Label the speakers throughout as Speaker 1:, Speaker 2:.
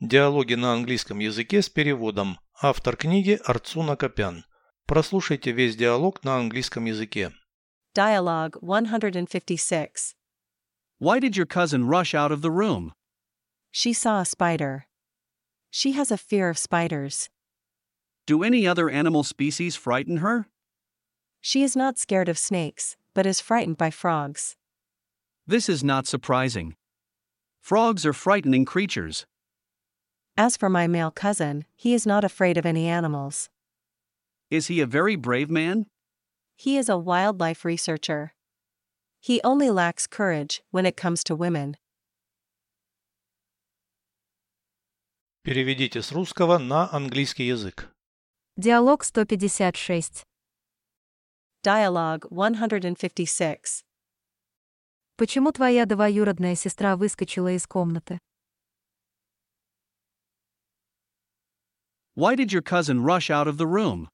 Speaker 1: Диалоги на английском языке с переводом. Автор книги Арцуна Копян. Прослушайте весь диалог на английском языке.
Speaker 2: Dialogue 156.
Speaker 3: Why did your cousin rush out of the room?
Speaker 2: She saw a spider. She has a fear of spiders.
Speaker 3: Do any other animal species frighten her?
Speaker 2: She is not scared of snakes, but is frightened by frogs.
Speaker 3: This is not surprising. Frogs are frightening creatures.
Speaker 2: As for my male cousin, he is not afraid of any animals.
Speaker 3: Is he a very brave man?
Speaker 2: He is a wildlife researcher. He only lacks courage when it comes to women.
Speaker 1: Переведите с русского на английский язык.
Speaker 4: Диалог 156.
Speaker 2: Dialogue 156.
Speaker 4: Почему твоя двоюродная сестра выскочила из комнаты?
Speaker 3: Why did your cousin rush out of the room?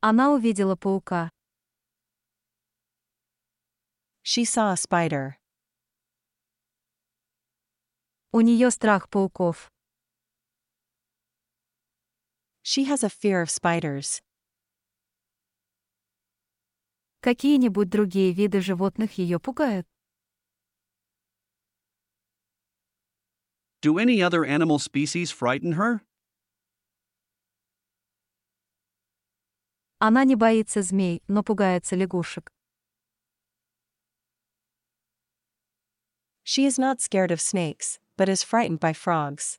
Speaker 4: Она увидела паука.
Speaker 2: She saw a spider.
Speaker 4: У нее страх пауков.
Speaker 2: She has a fear of spiders.
Speaker 4: Какие-нибудь другие виды животных ее пугают?
Speaker 3: Do any other animal species frighten her?
Speaker 4: Она не боится змей, но пугается лягушек.
Speaker 2: She is not scared of snakes, but is frightened by frogs.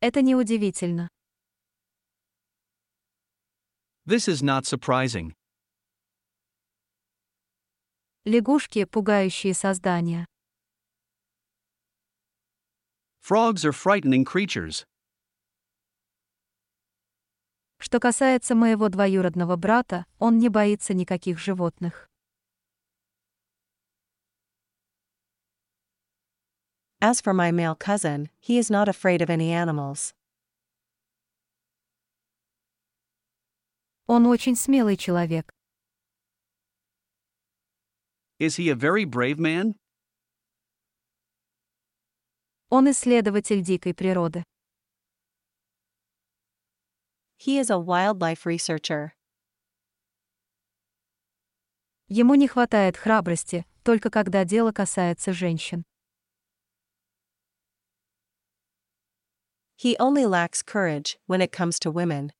Speaker 4: Это неудивительно.
Speaker 3: This is not surprising.
Speaker 4: Лягушки – пугающие создания.
Speaker 3: Frogs are frightening creatures.
Speaker 4: Что касается моего двоюродного брата, он не боится никаких животных.
Speaker 2: As for my male cousin, he is not afraid of any animals.
Speaker 4: Он очень смелый человек.
Speaker 3: Is he a very brave man?
Speaker 4: Он исследователь дикой природы.
Speaker 2: He is a wildlife researcher.
Speaker 4: Ему не хватает храбрости, только когда дело касается женщин.
Speaker 2: He only lacks courage when it comes to women.